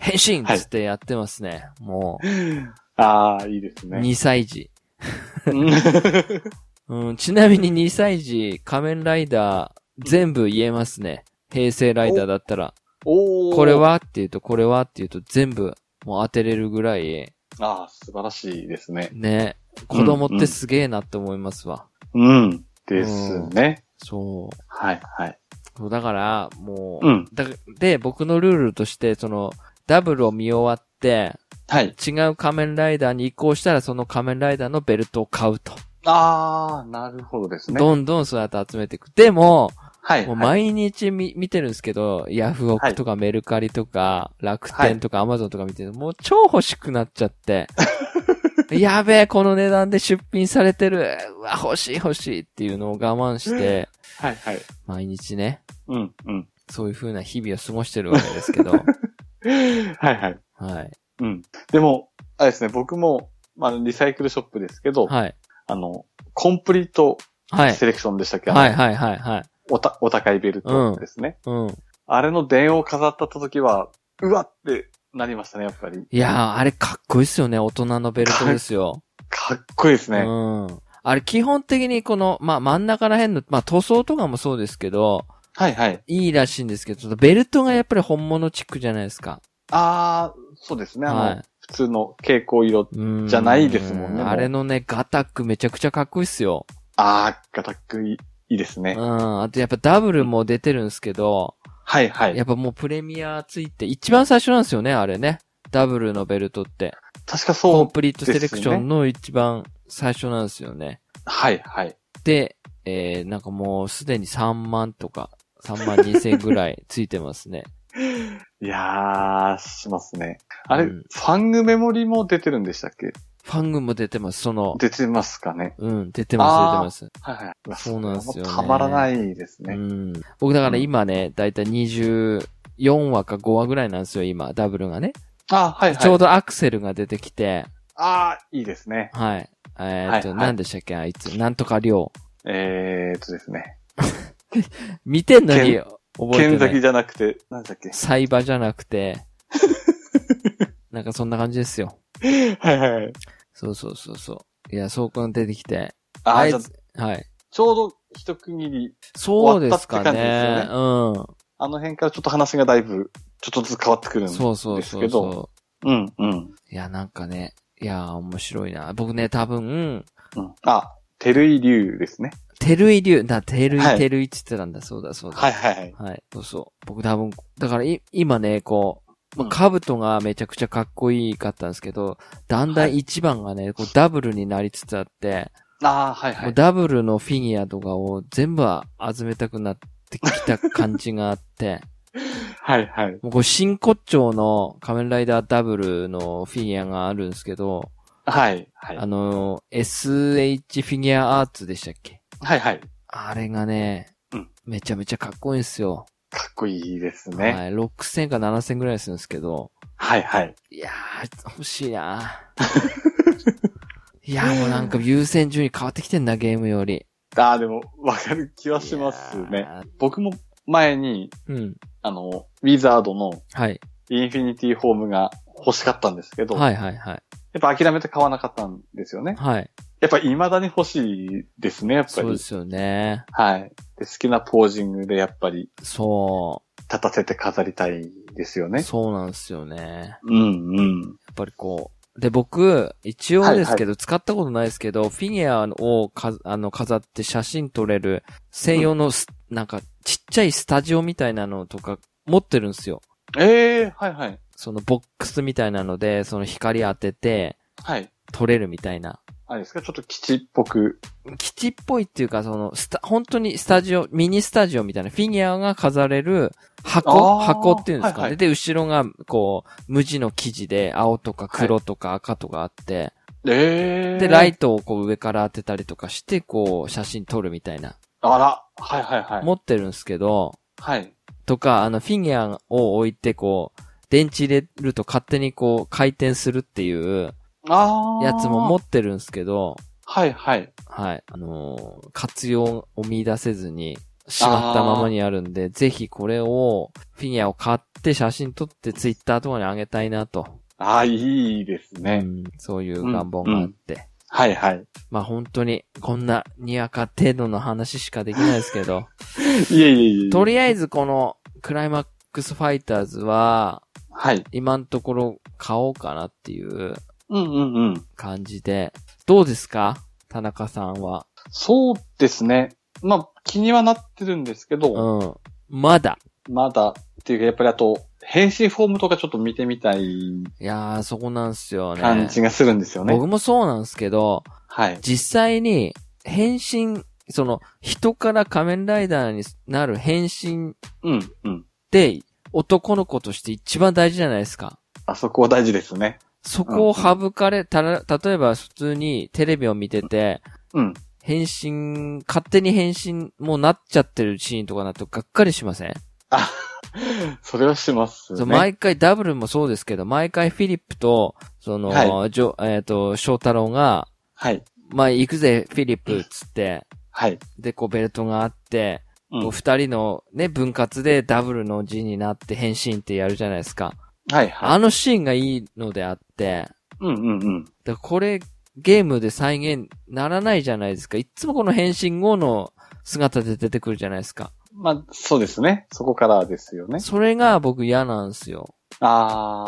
[SPEAKER 1] 変身っつってやってますね。も
[SPEAKER 2] あー、いいです
[SPEAKER 1] う、
[SPEAKER 2] ね。
[SPEAKER 1] 2歳児。
[SPEAKER 2] うん
[SPEAKER 1] うん、ちなみに2歳児、仮面ライダー、全部言えますね。平成ライダーだったら。
[SPEAKER 2] おー。
[SPEAKER 1] これはっていうと、これはっていうと、全部、もう当てれるぐらい、
[SPEAKER 2] あー、素晴らしいですね。
[SPEAKER 1] ね、
[SPEAKER 2] うん
[SPEAKER 1] 子供ってすげえなって思いますわ。
[SPEAKER 2] うん。ですね。
[SPEAKER 1] そ
[SPEAKER 2] はいはい。
[SPEAKER 1] うそう。だから、もう、
[SPEAKER 2] うん
[SPEAKER 1] だで、僕のルールとして、その、ダブルを見終わって、
[SPEAKER 2] はい。
[SPEAKER 1] 違う仮面ライダーに移行したら、その仮面ライダーのベルトを買うと。
[SPEAKER 2] あー、なるほどですね。
[SPEAKER 1] どんどんそうやって集めていく。でも、
[SPEAKER 2] はい。
[SPEAKER 1] もう
[SPEAKER 2] はい
[SPEAKER 1] 毎日見見てるんですけど、ヤフオクとかメルカリとか、楽天とかアマゾンとか見てるもう超欲しくなっちゃ って。やべえ、この値段で出品されてる。うわ、欲しい欲しいっていうのを我慢して、
[SPEAKER 2] はいはい。
[SPEAKER 1] 毎日ね、
[SPEAKER 2] うんうん。
[SPEAKER 1] そういう風な日々を過ごしてるわけです けど。
[SPEAKER 2] はいはい。
[SPEAKER 1] はい。
[SPEAKER 2] うん。でも、あれですね、僕も、まあ、リサイクルショップですけど、
[SPEAKER 1] はい。
[SPEAKER 2] あの、コンプリート
[SPEAKER 1] はい。
[SPEAKER 2] セレクションでしたっけ、
[SPEAKER 1] はい
[SPEAKER 2] あの
[SPEAKER 1] はいはいはい。
[SPEAKER 2] おた、お高いベルトですね。
[SPEAKER 1] うん。
[SPEAKER 2] あれの電話を飾った時は、うわってなりましたね、やっぱり。
[SPEAKER 1] いやー、あれかっこいいっすよね。大人のベルトですよ。
[SPEAKER 2] かっこいいですね。
[SPEAKER 1] うん。あれ基本的にこの、まあ、真ん中ら辺の、まあ、塗装とかもそうですけど、
[SPEAKER 2] はいはい。
[SPEAKER 1] いいらしいんですけど、そのベルトがやっぱり本物チックじゃないですか。
[SPEAKER 2] あー、そうですね、あの、
[SPEAKER 1] はい
[SPEAKER 2] 普通の蛍光色。
[SPEAKER 1] うん
[SPEAKER 2] じゃないですもんねもう
[SPEAKER 1] あれのね、ガタックめちゃくちゃかっこいいっすよ。
[SPEAKER 2] あー、がたくいいいいです
[SPEAKER 1] う
[SPEAKER 2] ね。
[SPEAKER 1] ん。あとやっぱダブルも出てるんですけど、
[SPEAKER 2] はいはい
[SPEAKER 1] や。っぱもうプレミアついて、一番最初なんですよね、あれね。ダブルのベルトって。
[SPEAKER 2] 確か
[SPEAKER 1] コ
[SPEAKER 2] そ
[SPEAKER 1] ン
[SPEAKER 2] う。
[SPEAKER 1] プリートセレクションの一番最初なんですよね。
[SPEAKER 2] はいはい。
[SPEAKER 1] で、えー、なんかもうすでに3万とか、3万2千ぐらいついてますね。
[SPEAKER 2] いやー、しますね。あれ、
[SPEAKER 1] うん
[SPEAKER 2] ファングメモリも出てるんでしたっけ
[SPEAKER 1] ファングも出てます、その、
[SPEAKER 2] 出てますかね。
[SPEAKER 1] うん、出てます、出てます。
[SPEAKER 2] はいはいいや。
[SPEAKER 1] そうなんですよね
[SPEAKER 2] それはもうたまらないです
[SPEAKER 1] う
[SPEAKER 2] ね。
[SPEAKER 1] ん。僕だから
[SPEAKER 2] うん
[SPEAKER 1] 今ね、だいたい24話か5話ぐらいなんですよ、今、ダブルがね。
[SPEAKER 2] あ、はいはい。
[SPEAKER 1] ちょうどアクセルが出てきて、
[SPEAKER 2] ああ、いいですね。
[SPEAKER 1] はい。えーっと、
[SPEAKER 2] はいはい
[SPEAKER 1] 何でしたっけ、あいつ。なんとか量。
[SPEAKER 2] えーっとですね。
[SPEAKER 1] 見てんのに
[SPEAKER 2] 剣
[SPEAKER 1] 覚え
[SPEAKER 2] 剣
[SPEAKER 1] てな
[SPEAKER 2] 崎
[SPEAKER 1] い。
[SPEAKER 2] じゃなくて、なんだっけ。
[SPEAKER 1] サイバーじゃなく て、なんかそんな感じですよ。
[SPEAKER 2] はいはいはい。
[SPEAKER 1] そうそうそうそう。いや、そうこん出てきて。
[SPEAKER 2] あ
[SPEAKER 1] あ
[SPEAKER 2] あ、
[SPEAKER 1] い
[SPEAKER 2] じゃあ
[SPEAKER 1] つ、はい。
[SPEAKER 2] ちょうど一区切り、
[SPEAKER 1] そうですか
[SPEAKER 2] 終わったって感じ
[SPEAKER 1] ね
[SPEAKER 2] で。す
[SPEAKER 1] うん。
[SPEAKER 2] あの辺からちょっと話がだいぶ、ちょっとずつ変わってくるんですけ
[SPEAKER 1] そ
[SPEAKER 2] ど。
[SPEAKER 1] うそうそうそう。
[SPEAKER 2] うん、うん。
[SPEAKER 1] いや、なんかね、いやー、面白いな。僕ね、多分、
[SPEAKER 2] うん、あ、てるい竜ですね。
[SPEAKER 1] てるい竜、だ、てるい、
[SPEAKER 2] はい
[SPEAKER 1] てるいって言ってたんだ、そうだ、そうだ。
[SPEAKER 2] はいはいはい。
[SPEAKER 1] はい。そうそう。僕多分、だからい、今ね、こう、ま
[SPEAKER 2] う
[SPEAKER 1] あ、
[SPEAKER 2] ん
[SPEAKER 1] カブトがめちゃくちゃかっこいいかったんですけど、だんだん一番がね、こうダブルになりつつあって、
[SPEAKER 2] ああ、はいは
[SPEAKER 1] もう
[SPEAKER 2] い。
[SPEAKER 1] ダブルのフィギュアとかを全部集めたくなってきた感じがあって、
[SPEAKER 2] はいはい。
[SPEAKER 1] もうこう真骨頂の仮面ライダーダブルのフィギュアがあるんですけど、
[SPEAKER 2] はいはい。
[SPEAKER 1] あの、SH フィギュアアーツでしたっけ
[SPEAKER 2] はいはい。
[SPEAKER 1] あれがね、
[SPEAKER 2] うん
[SPEAKER 1] めちゃめちゃかっこいいんですよ。
[SPEAKER 2] かっこいいですね。
[SPEAKER 1] はい。6000か7000ぐらいするんですけど、
[SPEAKER 2] はいはい。
[SPEAKER 1] いやー、欲しい ないやーもうなんか優先順位変わってきてんな、ゲームより。
[SPEAKER 2] ああ、でも、わかる気はします
[SPEAKER 1] い
[SPEAKER 2] ね。
[SPEAKER 1] や
[SPEAKER 2] 僕も前に、
[SPEAKER 1] ー。うん。
[SPEAKER 2] あの、ウィザードの
[SPEAKER 1] はい。
[SPEAKER 2] インフィニティホームが欲しかったんですけど、
[SPEAKER 1] はいはいはい。
[SPEAKER 2] やっぱ諦めて買わなかったんですよね。
[SPEAKER 1] はい。
[SPEAKER 2] やっぱ未だに欲しいですね、やっぱ
[SPEAKER 1] そうで
[SPEAKER 2] り。
[SPEAKER 1] すよね。
[SPEAKER 2] はいで。好きなポージングでやっぱり
[SPEAKER 1] そ
[SPEAKER 2] 立たせて飾りたいですよ
[SPEAKER 1] う。
[SPEAKER 2] ね。
[SPEAKER 1] そうなんですよね。
[SPEAKER 2] うんうん。
[SPEAKER 1] やっぱりこう。で、僕、一応ですけど、使ったことないですけど、フィギュアをか、あの、飾って写真撮れる、専用のス、なんか、ちっちゃいスタジオみたいなのとか、持ってるんですよ。
[SPEAKER 2] ええはいはい。
[SPEAKER 1] そのボックスみたいなので、その光当てて、
[SPEAKER 2] はい。
[SPEAKER 1] 撮れるみたいな。
[SPEAKER 2] あれですかちょっと基地っぽく。
[SPEAKER 1] 基地っぽいっていうか、その、スタ、本当にスタジオ、ミニスタジオみたいな、フィギュアが飾れる箱、
[SPEAKER 2] あー
[SPEAKER 1] 箱っていうんですかね。
[SPEAKER 2] はいはい
[SPEAKER 1] で、後ろが、こう、無地の生地で、青とか黒とか赤とかあって、
[SPEAKER 2] ええ
[SPEAKER 1] で、ライトをこう上から当てたりとかして、こう、写真撮るみたいな、
[SPEAKER 2] あら。はいはいはい。
[SPEAKER 1] 持ってるんですけど、
[SPEAKER 2] はい。
[SPEAKER 1] とか、あの、フィギュアを置いて、こう、電池入れると勝手にこう、回転するっていう
[SPEAKER 2] ああ。
[SPEAKER 1] やつも持ってるんですけど、
[SPEAKER 2] はいはい。
[SPEAKER 1] はい。あのー活用を見出せずに、しまったままにあるんで、ぜひこれを、フィギュアを買って写真撮ってツイッターとかにあげたいなと。
[SPEAKER 2] ああ、いいですね。
[SPEAKER 1] うんそういう願望があって。
[SPEAKER 2] はいはい。
[SPEAKER 1] まあ本当に、こんなにやか程度の話しかできないですけど、
[SPEAKER 2] いえいえいえ。
[SPEAKER 1] とり
[SPEAKER 2] え
[SPEAKER 1] あえずこの、クライマックスファイターズは、
[SPEAKER 2] ず。はい。
[SPEAKER 1] 今のところ買おうかなっていう
[SPEAKER 2] うんうんうん。
[SPEAKER 1] 感じで、どうですか田中さんは。
[SPEAKER 2] そうですね。まあ、気にはなってるんですけど、
[SPEAKER 1] うん。まだ。
[SPEAKER 2] まだっていうか、やっぱりあと、返信フォームとかちょっと見てみたい
[SPEAKER 1] いやー、そこなんすよね。
[SPEAKER 2] 感じがするんですよね。
[SPEAKER 1] 僕もそうなんですけど、
[SPEAKER 2] はい。
[SPEAKER 1] 実際に変身、その人から仮面ライダーになる変身っ
[SPEAKER 2] うん、うん。
[SPEAKER 1] て男の子として一番大事じゃないですか。
[SPEAKER 2] あそこは大事ですね。
[SPEAKER 1] そこを省かれ、たら、例えば普通にテレビを見てて、
[SPEAKER 2] うん。
[SPEAKER 1] 変身、勝手に変身もうなっちゃってるシーンとかなるとがっかりしません、
[SPEAKER 2] あ、それはします
[SPEAKER 1] そう
[SPEAKER 2] ね。
[SPEAKER 1] 毎回ダブルもそうですけど、毎回フィリップと、その、
[SPEAKER 2] は
[SPEAKER 1] ジョえっ、と、翔太郎が、
[SPEAKER 2] はい。
[SPEAKER 1] まあ、行くぜ、フィリップ、つって、
[SPEAKER 2] はい。
[SPEAKER 1] で、こうベルトがあって、
[SPEAKER 2] うん
[SPEAKER 1] こう二人のね、分割でダブルの字になって変身ってやるじゃないですか。
[SPEAKER 2] はい、は
[SPEAKER 1] あ
[SPEAKER 2] い。
[SPEAKER 1] のシーンがいいのであって、
[SPEAKER 2] うん、うん、うん。
[SPEAKER 1] だからこれ、ゲームで再現ならないじゃないですか。いっつもこの変身後の姿で出てくるじゃないですか。
[SPEAKER 2] まあ、そうですね。そこからですよね。
[SPEAKER 1] それが僕嫌なんですよ。
[SPEAKER 2] あ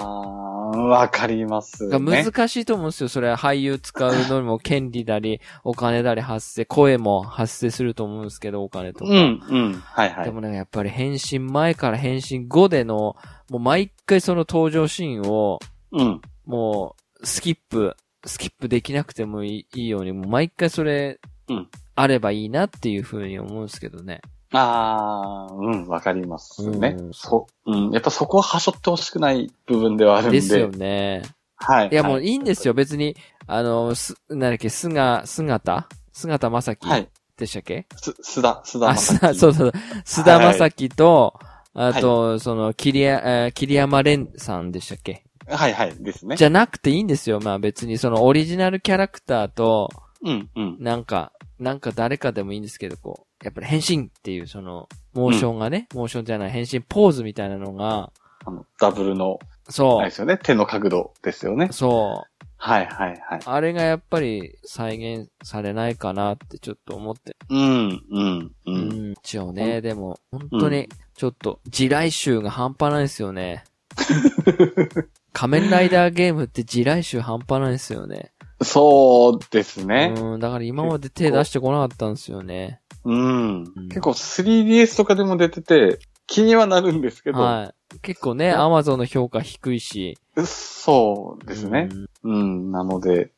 [SPEAKER 2] ー、わかります、ね。
[SPEAKER 1] が難しいと思うんですよ。それは俳優使うのにも権利だ り、お金だり発生、声も発生すると思うんですけど、お金とか。
[SPEAKER 2] うん、うん。はい、は
[SPEAKER 1] で
[SPEAKER 2] い。
[SPEAKER 1] もね、やっぱり変身前から変身後での、もう毎回その登場シーンを、
[SPEAKER 2] うん。
[SPEAKER 1] もう、スキップ、スキップできなくてもいいいいように、もう毎回それ、
[SPEAKER 2] うん
[SPEAKER 1] あればいいなっていう風に思うんですけどね。
[SPEAKER 2] あー、うん、わかりますね。
[SPEAKER 1] うん
[SPEAKER 2] そう。うん、やっぱそこははしょってほしくない部分ではあるんで。
[SPEAKER 1] ですよね。
[SPEAKER 2] はい。
[SPEAKER 1] いや、も
[SPEAKER 2] は
[SPEAKER 1] ういいんですよ。別に、あの、す、なんだっけ、すが、姿姿まさき
[SPEAKER 2] はい。
[SPEAKER 1] でしたっけ、
[SPEAKER 2] す、すだ、す
[SPEAKER 1] あ、
[SPEAKER 2] だまさ
[SPEAKER 1] す
[SPEAKER 2] き。
[SPEAKER 1] だ、そうそうそう。須田まさきと、あと、その、桐山、えー桐山蓮さんでしたっけ
[SPEAKER 2] はいはい、ですね。
[SPEAKER 1] じゃなくていいんですよ。まあ別にそのオリジナルキャラクターと、
[SPEAKER 2] うん、うん。
[SPEAKER 1] なんか、なんか誰かでもいいんですけど、こう、やっぱり変身っていうその、モーションがね、モーションじゃない変身ポーズみたいなのが、
[SPEAKER 2] あの、ダブルの、
[SPEAKER 1] そ
[SPEAKER 2] あ
[SPEAKER 1] う、
[SPEAKER 2] れですよね。手の角度ですよね。
[SPEAKER 1] そう、
[SPEAKER 2] はいはいはい。
[SPEAKER 1] あれがやっぱり再現されないかなってちょっと思って。
[SPEAKER 2] うん、うん、う。
[SPEAKER 1] うんん、一応ね、でも、本当に、ちょっと、地雷臭が半端ないですよ ね。仮面ライダーゲームって地雷臭半端ないですよね。
[SPEAKER 2] そうですね。
[SPEAKER 1] うん、だから今まで手出してこなかったんですよね。
[SPEAKER 2] うん。
[SPEAKER 1] ん
[SPEAKER 2] 結構 3DS とかでも出てて、気にはなるんですけど、
[SPEAKER 1] はい。結構ね、アマゾンの評価低いし。
[SPEAKER 2] そうですね
[SPEAKER 1] う。んで
[SPEAKER 2] うん、なので、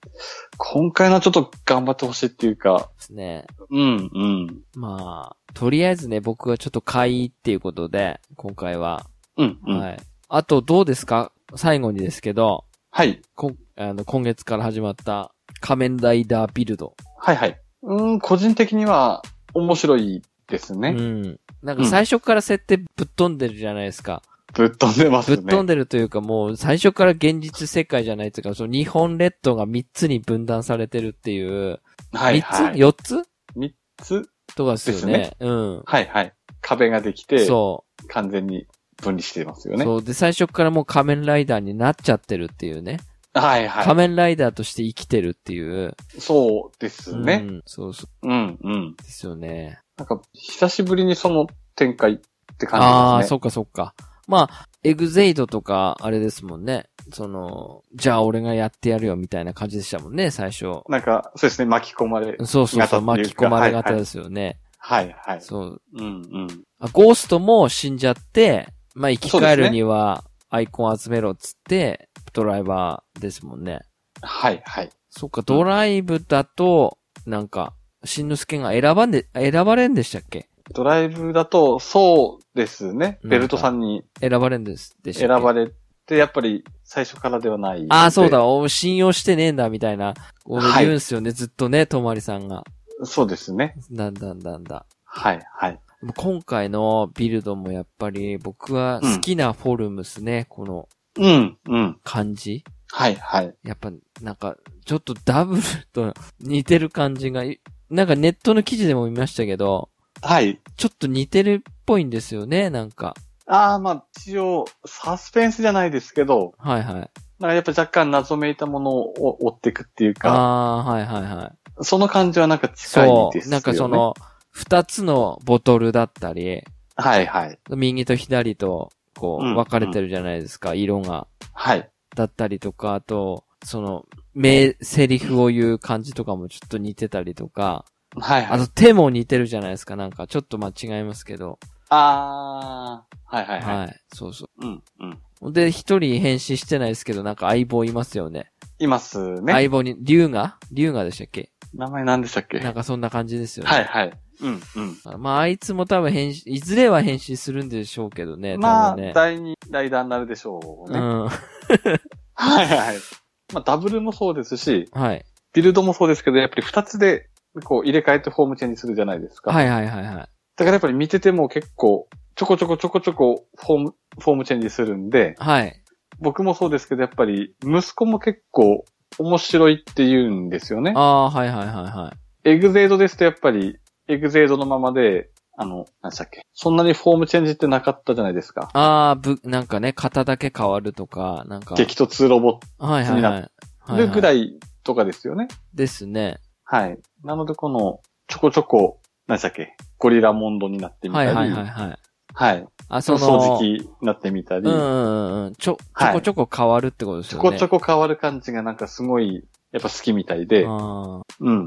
[SPEAKER 2] 今回のはちょっと頑張ってほしいっていうか、
[SPEAKER 1] すね。
[SPEAKER 2] うん、うん。
[SPEAKER 1] まあ、とりあえずね、僕はちょっと買いっていうことで、今回は。
[SPEAKER 2] うん、うん。
[SPEAKER 1] はい。あと、どうですか最後にですけど、
[SPEAKER 2] はい。
[SPEAKER 1] こあの今月から始まった仮面ライダービルド。
[SPEAKER 2] はいはい。うん、個人的には面白いです
[SPEAKER 1] う
[SPEAKER 2] ね。
[SPEAKER 1] ん。なんか最初から設定ぶっ飛んでるじゃないですか。
[SPEAKER 2] ぶっ飛んでます
[SPEAKER 1] ぶっ
[SPEAKER 2] ね。
[SPEAKER 1] 飛んでるというかもう最初から現実世界じゃないというか、その日本列島が3つに分断されてるっていう、
[SPEAKER 2] はいは
[SPEAKER 1] 3つ
[SPEAKER 2] い。
[SPEAKER 1] ?4 つ
[SPEAKER 2] 三つ
[SPEAKER 1] とかですよね。
[SPEAKER 2] です
[SPEAKER 1] うん。
[SPEAKER 2] はいはい。壁ができて、
[SPEAKER 1] そう。
[SPEAKER 2] 完全に分離してますよね。
[SPEAKER 1] そう。で、最初からもう仮面ライダーになっちゃってるっていうね。
[SPEAKER 2] はいは
[SPEAKER 1] 仮面ライダーとして生きてるっていう。
[SPEAKER 2] い。そうですね。
[SPEAKER 1] うん、そうそ
[SPEAKER 2] うんうん。
[SPEAKER 1] うですよね。
[SPEAKER 2] なんか、久しぶりにその展開って感じですね。
[SPEAKER 1] ああー、そっかそっか。まあ、エグゼイドとか、あれですもんね。その、じゃあ俺がやってやるよみたいな感じでしたもんね、最初。
[SPEAKER 2] なんか、そうですね、巻き込まれ。
[SPEAKER 1] そうそうそ
[SPEAKER 2] 型
[SPEAKER 1] う、
[SPEAKER 2] ってい
[SPEAKER 1] 巻
[SPEAKER 2] うか
[SPEAKER 1] き込まれ型
[SPEAKER 2] はいはい
[SPEAKER 1] ですよね。
[SPEAKER 2] はいはい。
[SPEAKER 1] そう。
[SPEAKER 2] うんうん。
[SPEAKER 1] あゴーストも死んじゃって、まあ生き
[SPEAKER 2] そうで
[SPEAKER 1] 返
[SPEAKER 2] す
[SPEAKER 1] る
[SPEAKER 2] ね
[SPEAKER 1] にはアイコン集めろっつって、ドライバーですもんね。
[SPEAKER 2] はい、はい。
[SPEAKER 1] そっか、ドライブだと、なんか、しんのすけが選ばんで、選ばれんでしたっけ
[SPEAKER 2] ドライブだと、そうですね。ベルトさんに
[SPEAKER 1] 選ばれんです、でした
[SPEAKER 2] 選
[SPEAKER 1] っけ
[SPEAKER 2] ばれて、やっぱり最初からではない。
[SPEAKER 1] ああ、そうだ、お信用してねえんだ、みたいな、俺
[SPEAKER 2] はい
[SPEAKER 1] 言うんすよね、ずっとね、とまりさんが。
[SPEAKER 2] で。そうですね。
[SPEAKER 1] なんだんだんだ。
[SPEAKER 2] はい、はい。
[SPEAKER 1] でも今回のビルドもやっぱり、僕は好きなフォルムスね、この
[SPEAKER 2] うん、うん。
[SPEAKER 1] 感じ。
[SPEAKER 2] はい、はい。
[SPEAKER 1] やっぱ、なんか、ちょっとダブルと似てる感じが、なんかネットの記事でも見ましたけど、
[SPEAKER 2] はい。
[SPEAKER 1] ちょっと似てるっぽいんですよね、なんか。
[SPEAKER 2] ああ、まあ、一応、サスペンスじゃないですけど、
[SPEAKER 1] はいはい。
[SPEAKER 2] なんかやっぱ若干謎めいたものを追っていくっていうか、
[SPEAKER 1] ああー、はいはいはい。
[SPEAKER 2] その感じはなんか近い
[SPEAKER 1] そ
[SPEAKER 2] です
[SPEAKER 1] う、
[SPEAKER 2] よね。
[SPEAKER 1] なんかそ、の、二つのボトルだったり、
[SPEAKER 2] はい、はい。
[SPEAKER 1] 右と左と、こう、
[SPEAKER 2] うん
[SPEAKER 1] 分かれてるじゃないですか、色が。
[SPEAKER 2] はい。
[SPEAKER 1] だったりとか、あと、その、名、セリフを言う感じとかもちょっと似てたりとか、
[SPEAKER 2] はい、は
[SPEAKER 1] あ
[SPEAKER 2] い。
[SPEAKER 1] と手も似てるじゃないですか、なんか、ちょっと間違いますけど。
[SPEAKER 2] ああ、はい、はい、はい。
[SPEAKER 1] はい、そうそ
[SPEAKER 2] うん、うん。
[SPEAKER 1] う。で、一人変身してないですけど、なんか相棒いますよね。
[SPEAKER 2] いますね。
[SPEAKER 1] 相棒に、龍が龍がでしたっけ
[SPEAKER 2] 名前何でしたっけ
[SPEAKER 1] なんかそんな感じですよね。
[SPEAKER 2] はい、はい。うん、うん。
[SPEAKER 1] あまあ、あいつも多分変身、いずれは変身するんでしょうけどね、
[SPEAKER 2] ま
[SPEAKER 1] 多
[SPEAKER 2] あ、
[SPEAKER 1] 分ね。
[SPEAKER 2] 第二ライダーになるでしょう
[SPEAKER 1] う
[SPEAKER 2] ね。
[SPEAKER 1] ん。
[SPEAKER 2] はいはい。まあ、ダブルもそうですし、
[SPEAKER 1] はい。
[SPEAKER 2] ビルドもそうですけど、やっぱり二つで、こう、入れ替えてフォームチェンジするじゃないですか。
[SPEAKER 1] はいはいはいはい。
[SPEAKER 2] だからやっぱり見てても結構、ちょこちょこちょこちょこ、フォーム、フォームチェンジするんで、
[SPEAKER 1] はい。
[SPEAKER 2] 僕もそうですけど、やっぱり、息子も結構、面白いって言うんですよね
[SPEAKER 1] あ。あ、はいはいはいはい。
[SPEAKER 2] エグゼイドですとやっぱり、エグゼイドのままで、あの、何でしたっけ。そんなにフォームチェンジってなかったじゃないですか。
[SPEAKER 1] ああ、ぶ、なんかね、型だけ変わるとか、なんか。
[SPEAKER 2] 激突ロボ
[SPEAKER 1] はいはいはい。
[SPEAKER 2] ットぐら
[SPEAKER 1] い。
[SPEAKER 2] いとかですよね。
[SPEAKER 1] ですね。
[SPEAKER 2] はい。なので、この、ちょこちょこ、何でしたっけゴリラモンドになってみた
[SPEAKER 1] はい
[SPEAKER 2] り。
[SPEAKER 1] はいはいはい。
[SPEAKER 2] はい。
[SPEAKER 1] あ、そ
[SPEAKER 2] そ
[SPEAKER 1] の、
[SPEAKER 2] の掃除機になってみたり、
[SPEAKER 1] うんうんうんうん。ちょ、ちょこちょこ変わるってことです
[SPEAKER 2] ちょ
[SPEAKER 1] よ
[SPEAKER 2] こ
[SPEAKER 1] ね。
[SPEAKER 2] ちょ
[SPEAKER 1] こ
[SPEAKER 2] こ変わる感じがなんかすごい、やっぱ好きみたいで、うんうん。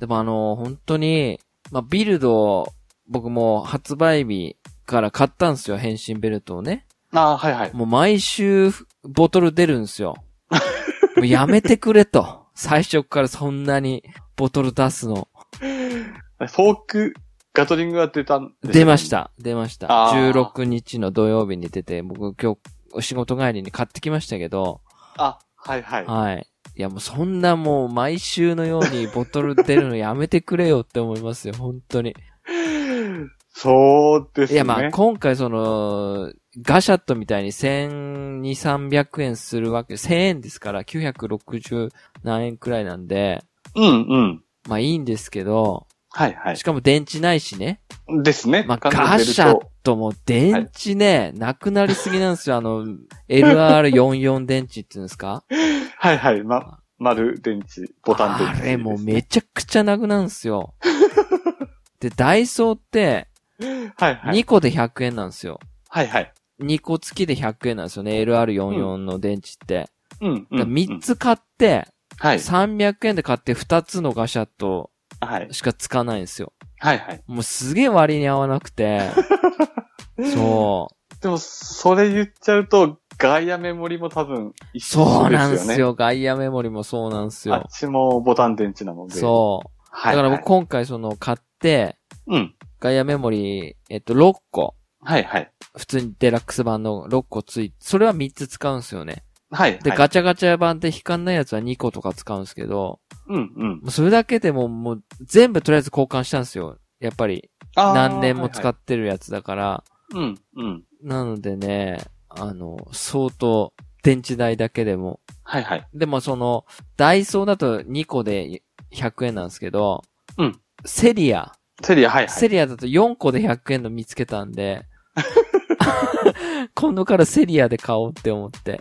[SPEAKER 1] でもあの、本当に、まあ、ビルド、僕も発売日から買ったんですよ、変身ベルトをね。
[SPEAKER 2] ああ、はいはい。
[SPEAKER 1] もう毎週、ボトル出るん ですよ。もうやめてくれと。最初からそんなに、ボトル出すの。
[SPEAKER 2] フォーク、ガトリングが出たんで
[SPEAKER 1] 出まし
[SPEAKER 2] ね。
[SPEAKER 1] た。出ました。
[SPEAKER 2] あー
[SPEAKER 1] 16日の土曜日に出て、僕今日、お仕事帰りに買ってきましたけど、
[SPEAKER 2] あ、はいはい。
[SPEAKER 1] はい。いやもうそんなもう毎週のようにボトル出るのやめてくれよって思いますよ、本当に。
[SPEAKER 2] そうです
[SPEAKER 1] い
[SPEAKER 2] ね。
[SPEAKER 1] やまあ今回その、ガシャットみたいに1200、300円するわけ、1000円ですから960何円くらいなんで、
[SPEAKER 2] うんうん。
[SPEAKER 1] まあいいんですけど、
[SPEAKER 2] はいはい
[SPEAKER 1] し。かも電池ないしね。
[SPEAKER 2] ですね。
[SPEAKER 1] まあ、
[SPEAKER 2] 完全に
[SPEAKER 1] ガ
[SPEAKER 2] ベル
[SPEAKER 1] シ
[SPEAKER 2] ト
[SPEAKER 1] ャットも電池ね、なくなりすぎなんですよ。あ の、LR44 電池っていうんですか
[SPEAKER 2] はいはい。ま、丸電池、ボタン電池。
[SPEAKER 1] あれもうめちゃくちゃなくなるんですよ。 で、ダイソーって
[SPEAKER 2] はいはい。
[SPEAKER 1] 2個で100円なんですよ。
[SPEAKER 2] はいはい。
[SPEAKER 1] 2個付きで100円なんですよね。LR44 の電池って。
[SPEAKER 2] うん、うん。
[SPEAKER 1] だ
[SPEAKER 2] うん
[SPEAKER 1] 3。つ買って、
[SPEAKER 2] はい。
[SPEAKER 1] 300円で買って2つのガシャット
[SPEAKER 2] はい。
[SPEAKER 1] しかつかないんですよ。
[SPEAKER 2] はいはい。
[SPEAKER 1] もうすげえ割に合わなく て。そう。
[SPEAKER 2] でも、それ言っちゃうと、ガイアメモリも多分一緒ですよね。
[SPEAKER 1] そうなんです。よ。ガイアメモリもそうなんです
[SPEAKER 2] あっ
[SPEAKER 1] よ。
[SPEAKER 2] ちもボタン電池なので。う。
[SPEAKER 1] そう。
[SPEAKER 2] は
[SPEAKER 1] だ
[SPEAKER 2] い、
[SPEAKER 1] か
[SPEAKER 2] はい。
[SPEAKER 1] ら僕今回その買って、
[SPEAKER 2] うん。
[SPEAKER 1] ガイアメモリ、えっと、6個。
[SPEAKER 2] はいはい。
[SPEAKER 1] 普通にデラックス版の6個ついて、それは3つ使うんですよね。
[SPEAKER 2] はい、はい。
[SPEAKER 1] で、ガチャガチャ版で引かんないやつは2個とか使うんですけど、
[SPEAKER 2] うんうん。
[SPEAKER 1] もうそれだけでももう全部とりあえず交換したんですよ。やっぱり
[SPEAKER 2] あー
[SPEAKER 1] 何年も使
[SPEAKER 2] は
[SPEAKER 1] ってるやつだから。
[SPEAKER 2] いはいうんうん。
[SPEAKER 1] なのでね、あの、相当電池代だけでも。
[SPEAKER 2] はいはい。
[SPEAKER 1] でもその、ダイソーだと2個で100円なんですけど、
[SPEAKER 2] うん
[SPEAKER 1] セリア。
[SPEAKER 2] セリア、はいはい。
[SPEAKER 1] セリアだと4個で100円の見つけたんで、 今度からセリアで買おうって思って、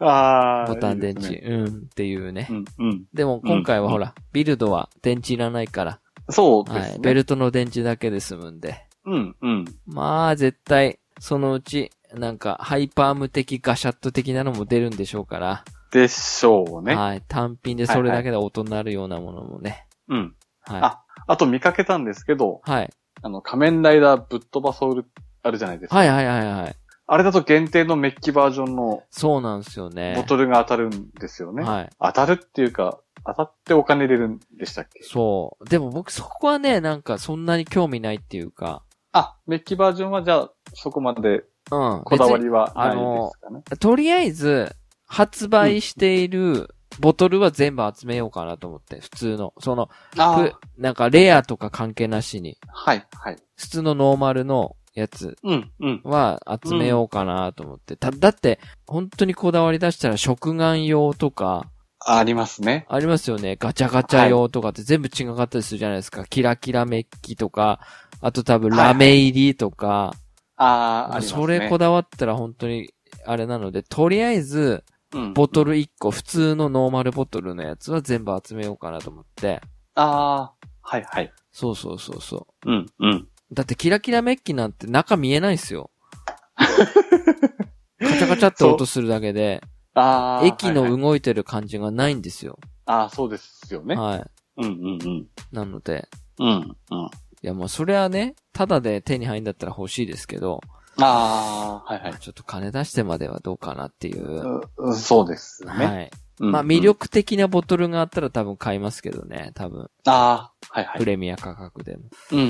[SPEAKER 2] あー
[SPEAKER 1] ボタン電
[SPEAKER 2] いい
[SPEAKER 1] 池。
[SPEAKER 2] ですね
[SPEAKER 1] うん、っていうね。
[SPEAKER 2] うんうん。
[SPEAKER 1] でも今回はほら、ビルドは電池いらないから、
[SPEAKER 2] そうです
[SPEAKER 1] は
[SPEAKER 2] ね。
[SPEAKER 1] い、ベルトの電池だけで済むんで。
[SPEAKER 2] うんうん。
[SPEAKER 1] まあ、絶対、そのうち、なんか、ハイパーム的ガシャット的なのも出るんでしょうから、
[SPEAKER 2] でしょうね。
[SPEAKER 1] はい、単品でそれだけで音になるようなものもね。
[SPEAKER 2] うん。
[SPEAKER 1] はい。
[SPEAKER 2] ああと見かけたんですけど、
[SPEAKER 1] はい。
[SPEAKER 2] あの、仮面ライダーぶっ飛ばソウルあるじゃないですか。
[SPEAKER 1] はいはいはいはい。
[SPEAKER 2] あれだと限定のメッキバージョンの
[SPEAKER 1] そうなんですよね。
[SPEAKER 2] ボトルが当たるんですよね。
[SPEAKER 1] はい。
[SPEAKER 2] 当たるっていうか、当たってお金入れるんでしたっけ
[SPEAKER 1] そう。でも僕そこはね、なんかそんなに興味ないっていうか、
[SPEAKER 2] あ、メッキバージョンはじゃあ、そこまで
[SPEAKER 1] うん。
[SPEAKER 2] こだわ
[SPEAKER 1] 別
[SPEAKER 2] りはない
[SPEAKER 1] 別にあ
[SPEAKER 2] で
[SPEAKER 1] の
[SPEAKER 2] すかね。
[SPEAKER 1] にとりあえず、発売しているボトルは全部集めようかなと思って、普通の。その、
[SPEAKER 2] あ
[SPEAKER 1] ふなんかレアとか関係なしに、
[SPEAKER 2] あ、はい、はい。
[SPEAKER 1] 普通のノーマルのやつ
[SPEAKER 2] うん、うん。
[SPEAKER 1] は集めようかなと思って。た、だって、本当にこだわり出したら食玩用とか、
[SPEAKER 2] ありますね。
[SPEAKER 1] ありますよね。ガチャガチャ用とかって全部違かったりするじゃないですか。キラキラメッキとか、あと多分ラメ入りとか、
[SPEAKER 2] ああ、ありますね。
[SPEAKER 1] それこだわったら本当に、あれなので、とりあえず、
[SPEAKER 2] うん、
[SPEAKER 1] ボトル1個、普通のノーマルボトルのやつは全部集めようかなと思って。
[SPEAKER 2] ああ、はい、はい。
[SPEAKER 1] そうそうそうそ
[SPEAKER 2] うん、うん。
[SPEAKER 1] う。だってキラキラメッキなんて中見えないっす よ。カチャカチャって音するだけで、
[SPEAKER 2] ああ、
[SPEAKER 1] 駅
[SPEAKER 2] はい
[SPEAKER 1] の
[SPEAKER 2] はい
[SPEAKER 1] 動いてる感じがないんですよ。
[SPEAKER 2] ああ、そうですよね。
[SPEAKER 1] はい。
[SPEAKER 2] うん、うん、うん。
[SPEAKER 1] なので、
[SPEAKER 2] うん、うん。
[SPEAKER 1] いやもうそれはね、ただで手に入るんだったら欲しいですけど、
[SPEAKER 2] ああ、はい、はい
[SPEAKER 1] まあちょっと金出してまではどうかなっていう。
[SPEAKER 2] ううん。そうですね。
[SPEAKER 1] はい。
[SPEAKER 2] うん
[SPEAKER 1] まあ
[SPEAKER 2] うん
[SPEAKER 1] 魅力的なボトルがあったら多分買いますけどね、多分。
[SPEAKER 2] ああ、はい、は
[SPEAKER 1] プ
[SPEAKER 2] い。
[SPEAKER 1] レミア価格でも。
[SPEAKER 2] うん、う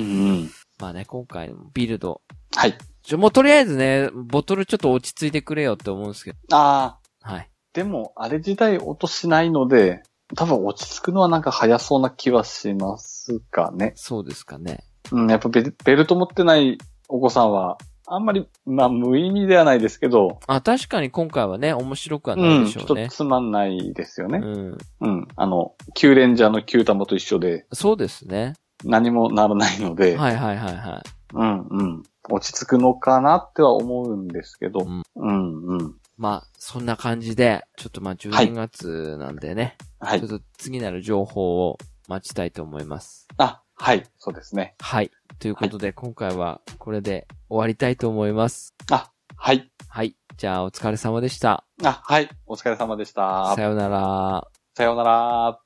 [SPEAKER 2] ん。
[SPEAKER 1] まあね、今回のビルド。
[SPEAKER 2] はい。
[SPEAKER 1] ちょ、もうとりあえずね、ボトルちょっと落ち着いてくれよって思うんですけど。
[SPEAKER 2] ああ、
[SPEAKER 1] はい。
[SPEAKER 2] でも、あれ自体音しないので、多分落ち着くのはなんか早そうな気はしますかね。
[SPEAKER 1] そうですかね。
[SPEAKER 2] うん、やっぱベルベルト持ってないお子さんは、あんまり、まあ無意味ではないですけど、
[SPEAKER 1] あ、確かに今回はね、面白くはな
[SPEAKER 2] う
[SPEAKER 1] い
[SPEAKER 2] ん、
[SPEAKER 1] でし
[SPEAKER 2] ちょっ
[SPEAKER 1] ょう
[SPEAKER 2] と
[SPEAKER 1] ね。
[SPEAKER 2] つまんないですよ
[SPEAKER 1] う
[SPEAKER 2] ね。
[SPEAKER 1] ん。
[SPEAKER 2] うん、あの、旧レンジャーの旧玉と一緒で、
[SPEAKER 1] そうですね。
[SPEAKER 2] 何もならないので、
[SPEAKER 1] はいはいはいはい。
[SPEAKER 2] うん、うん、落ち着くのかなっては思うんですけど、
[SPEAKER 1] うん
[SPEAKER 2] うん、うん、
[SPEAKER 1] まあ、そんな感じで、ちょっとまあ
[SPEAKER 2] はい
[SPEAKER 1] 12月なんでね、
[SPEAKER 2] は
[SPEAKER 1] ち
[SPEAKER 2] い。
[SPEAKER 1] ょっと次なる情報を待ちたいと思います。
[SPEAKER 2] あ、はい、そうですね。
[SPEAKER 1] はい。ということで、今回はこれで終わりたいと思います。
[SPEAKER 2] あ、はい。
[SPEAKER 1] はい。じゃあ、お疲れ様でした。
[SPEAKER 2] あ、はい。お疲れ様でした
[SPEAKER 1] さ。ようなら。
[SPEAKER 2] さようなら。